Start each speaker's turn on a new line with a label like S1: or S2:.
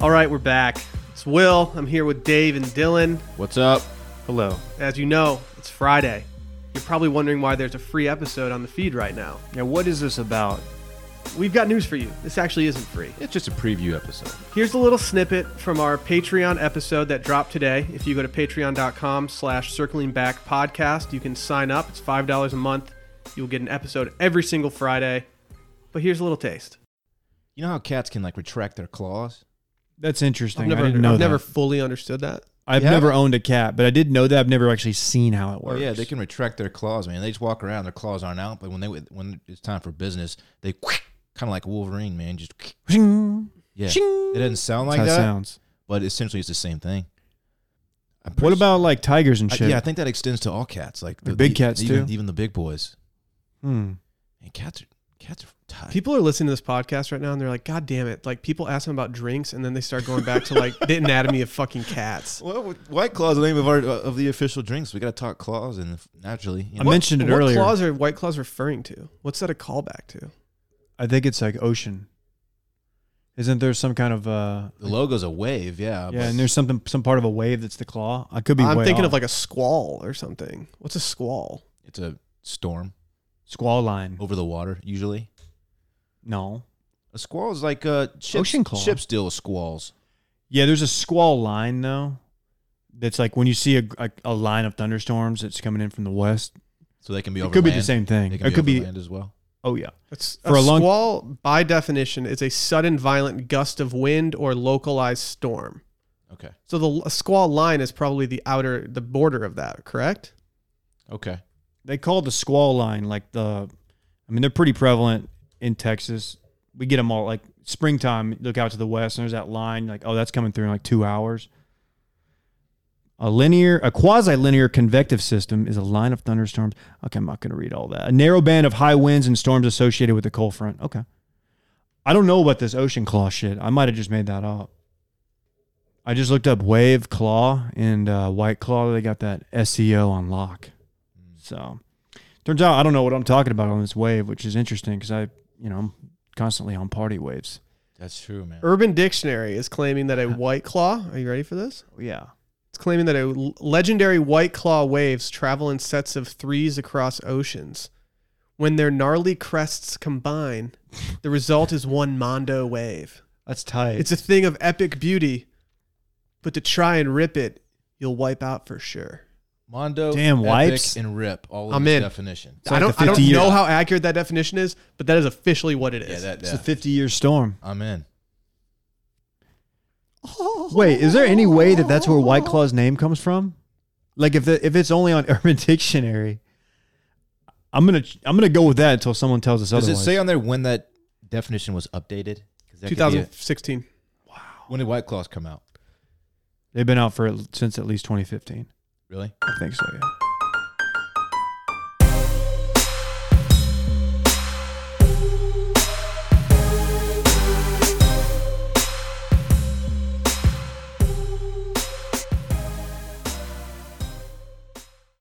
S1: All right, we're back. It's Will. I'm here with Dave and Dylan.
S2: What's up?
S3: Hello.
S1: As you know, it's Friday. You're probably wondering why there's a free episode on the feed right now.
S3: Now, what is this about?
S1: We've got news for you. This actually isn't free.
S2: It's just a preview episode.
S1: Here's a little snippet from our Patreon episode that dropped today. If you go to patreon.com slash circling back podcast, you can sign up. It's $5 a month. You'll get an episode every single Friday. But here's a little taste.
S2: You know how cats can like retract their claws?
S3: That's interesting.
S1: I've never,
S3: I didn't know
S1: I've
S3: that.
S1: never fully understood that.
S3: I've
S2: Yeah.
S3: never owned a cat, but I did know that. I've never actually seen how it
S2: Oh
S3: works.
S2: yeah, they can retract their claws, man. They just walk around, their claws aren't out, but when they when it's time for business, they kind of like Wolverine, man. Just
S3: Shing.
S2: yeah.
S3: Shing.
S2: It doesn't sound
S3: That's
S2: like
S3: how
S2: that,
S3: it sounds.
S2: but essentially it's the same thing. I'm
S3: What
S2: pretty
S3: about like tigers and
S2: I-
S3: shit?
S2: yeah, I think that extends to all cats, like e-
S3: The big cats,
S2: even,
S3: too.
S2: even the big boys.
S3: Hmm.
S2: And cats are cats are tight.
S1: People are listening to this podcast right now and they're like, God damn it. Like, people ask them about drinks and then they start going back to like the anatomy of fucking cats.
S2: well, White Claw's the name of our of the official drinks. We got to talk claws, and naturally, you
S3: I mentioned it
S1: what
S3: earlier.
S1: claws are White Claws referring to? What's that a callback to?
S3: I think it's like ocean. Isn't there some kind of uh?
S2: the logo's a wave, yeah.
S3: Yeah,
S2: but-
S3: and there's something, some part of a wave that's the claw. I could be.
S1: I'm
S3: way
S1: thinking of
S3: off.
S1: like a squall or something. What's a squall?
S2: It's a storm
S3: squall line.
S2: over the water usually.
S3: No.
S2: A squall is like uh ships,
S3: Ocean claw.
S2: ships deal with squalls.
S3: Yeah, there's a squall line though. That's like when you see a, a, a line of thunderstorms that's coming in from the west.
S2: So they can be
S3: It
S2: over
S3: could be the same thing.
S2: They
S3: It
S2: can be
S3: could be.
S2: overland as well.
S3: Oh yeah.
S1: It's
S3: For
S1: a,
S3: a long-
S1: squall, by definition, is a sudden violent gust of wind or localized storm.
S2: Okay.
S1: So the a squall line is probably the outer, the border of that, correct?
S2: Okay.
S3: They call the squall line like the. I mean, they're pretty prevalent in Texas. We get them all like springtime. Look out to the west, and there's that line. Like, oh, that's coming through in like two hours. A linear, a quasi-linear convective system is a line of thunderstorms. Okay, I'm not going to read all that. A narrow band of high winds and storms associated with the cold front. Okay, I don't know about this ocean claw shit. I might have just made that up. I just looked up wave claw and uh, white claw. They got that SEO on lock. So, turns out I don't know what I'm talking about on this wave, which is interesting because I, you know, I'm constantly on party waves.
S2: That's true, man.
S3: Er,
S1: Urban Dictionary is claiming that a white claw, are you ready for this?
S2: Oh,
S3: Yeah.
S1: It's claiming that a l- legendary white claw waves travel in sets of threes across oceans. When their gnarly crests combine, the result is one mondo wave.
S3: That's tight.
S1: It's a thing of epic beauty, but to try and rip it, you'll wipe out for sure.
S2: Mondo,
S3: Damn,
S2: epic,
S3: wipes.
S2: and rip. All in
S1: I'm
S2: this
S1: in.
S2: definition.
S3: like
S1: I don't,
S3: the
S1: I don't
S3: 50
S1: know
S3: year-
S1: how accurate that definition is, but that is officially what it
S2: Yeah,
S1: is.
S2: that.
S3: it's
S2: Yeah.
S3: a 50 year storm.
S2: I'm in.
S3: Wait, is there any way that that's where White Claw's name comes from? Like if the, if it's only on Urban Dictionary, I'm gonna I'm gonna go with that until someone tells us
S2: Does it
S3: otherwise.
S2: say on there when that definition was updated? 'Cause that could be a-
S1: 2016.
S2: When did White Claws come out?
S3: They've been out for at- since at least 2015.
S2: Really?
S3: I think so. Yeah.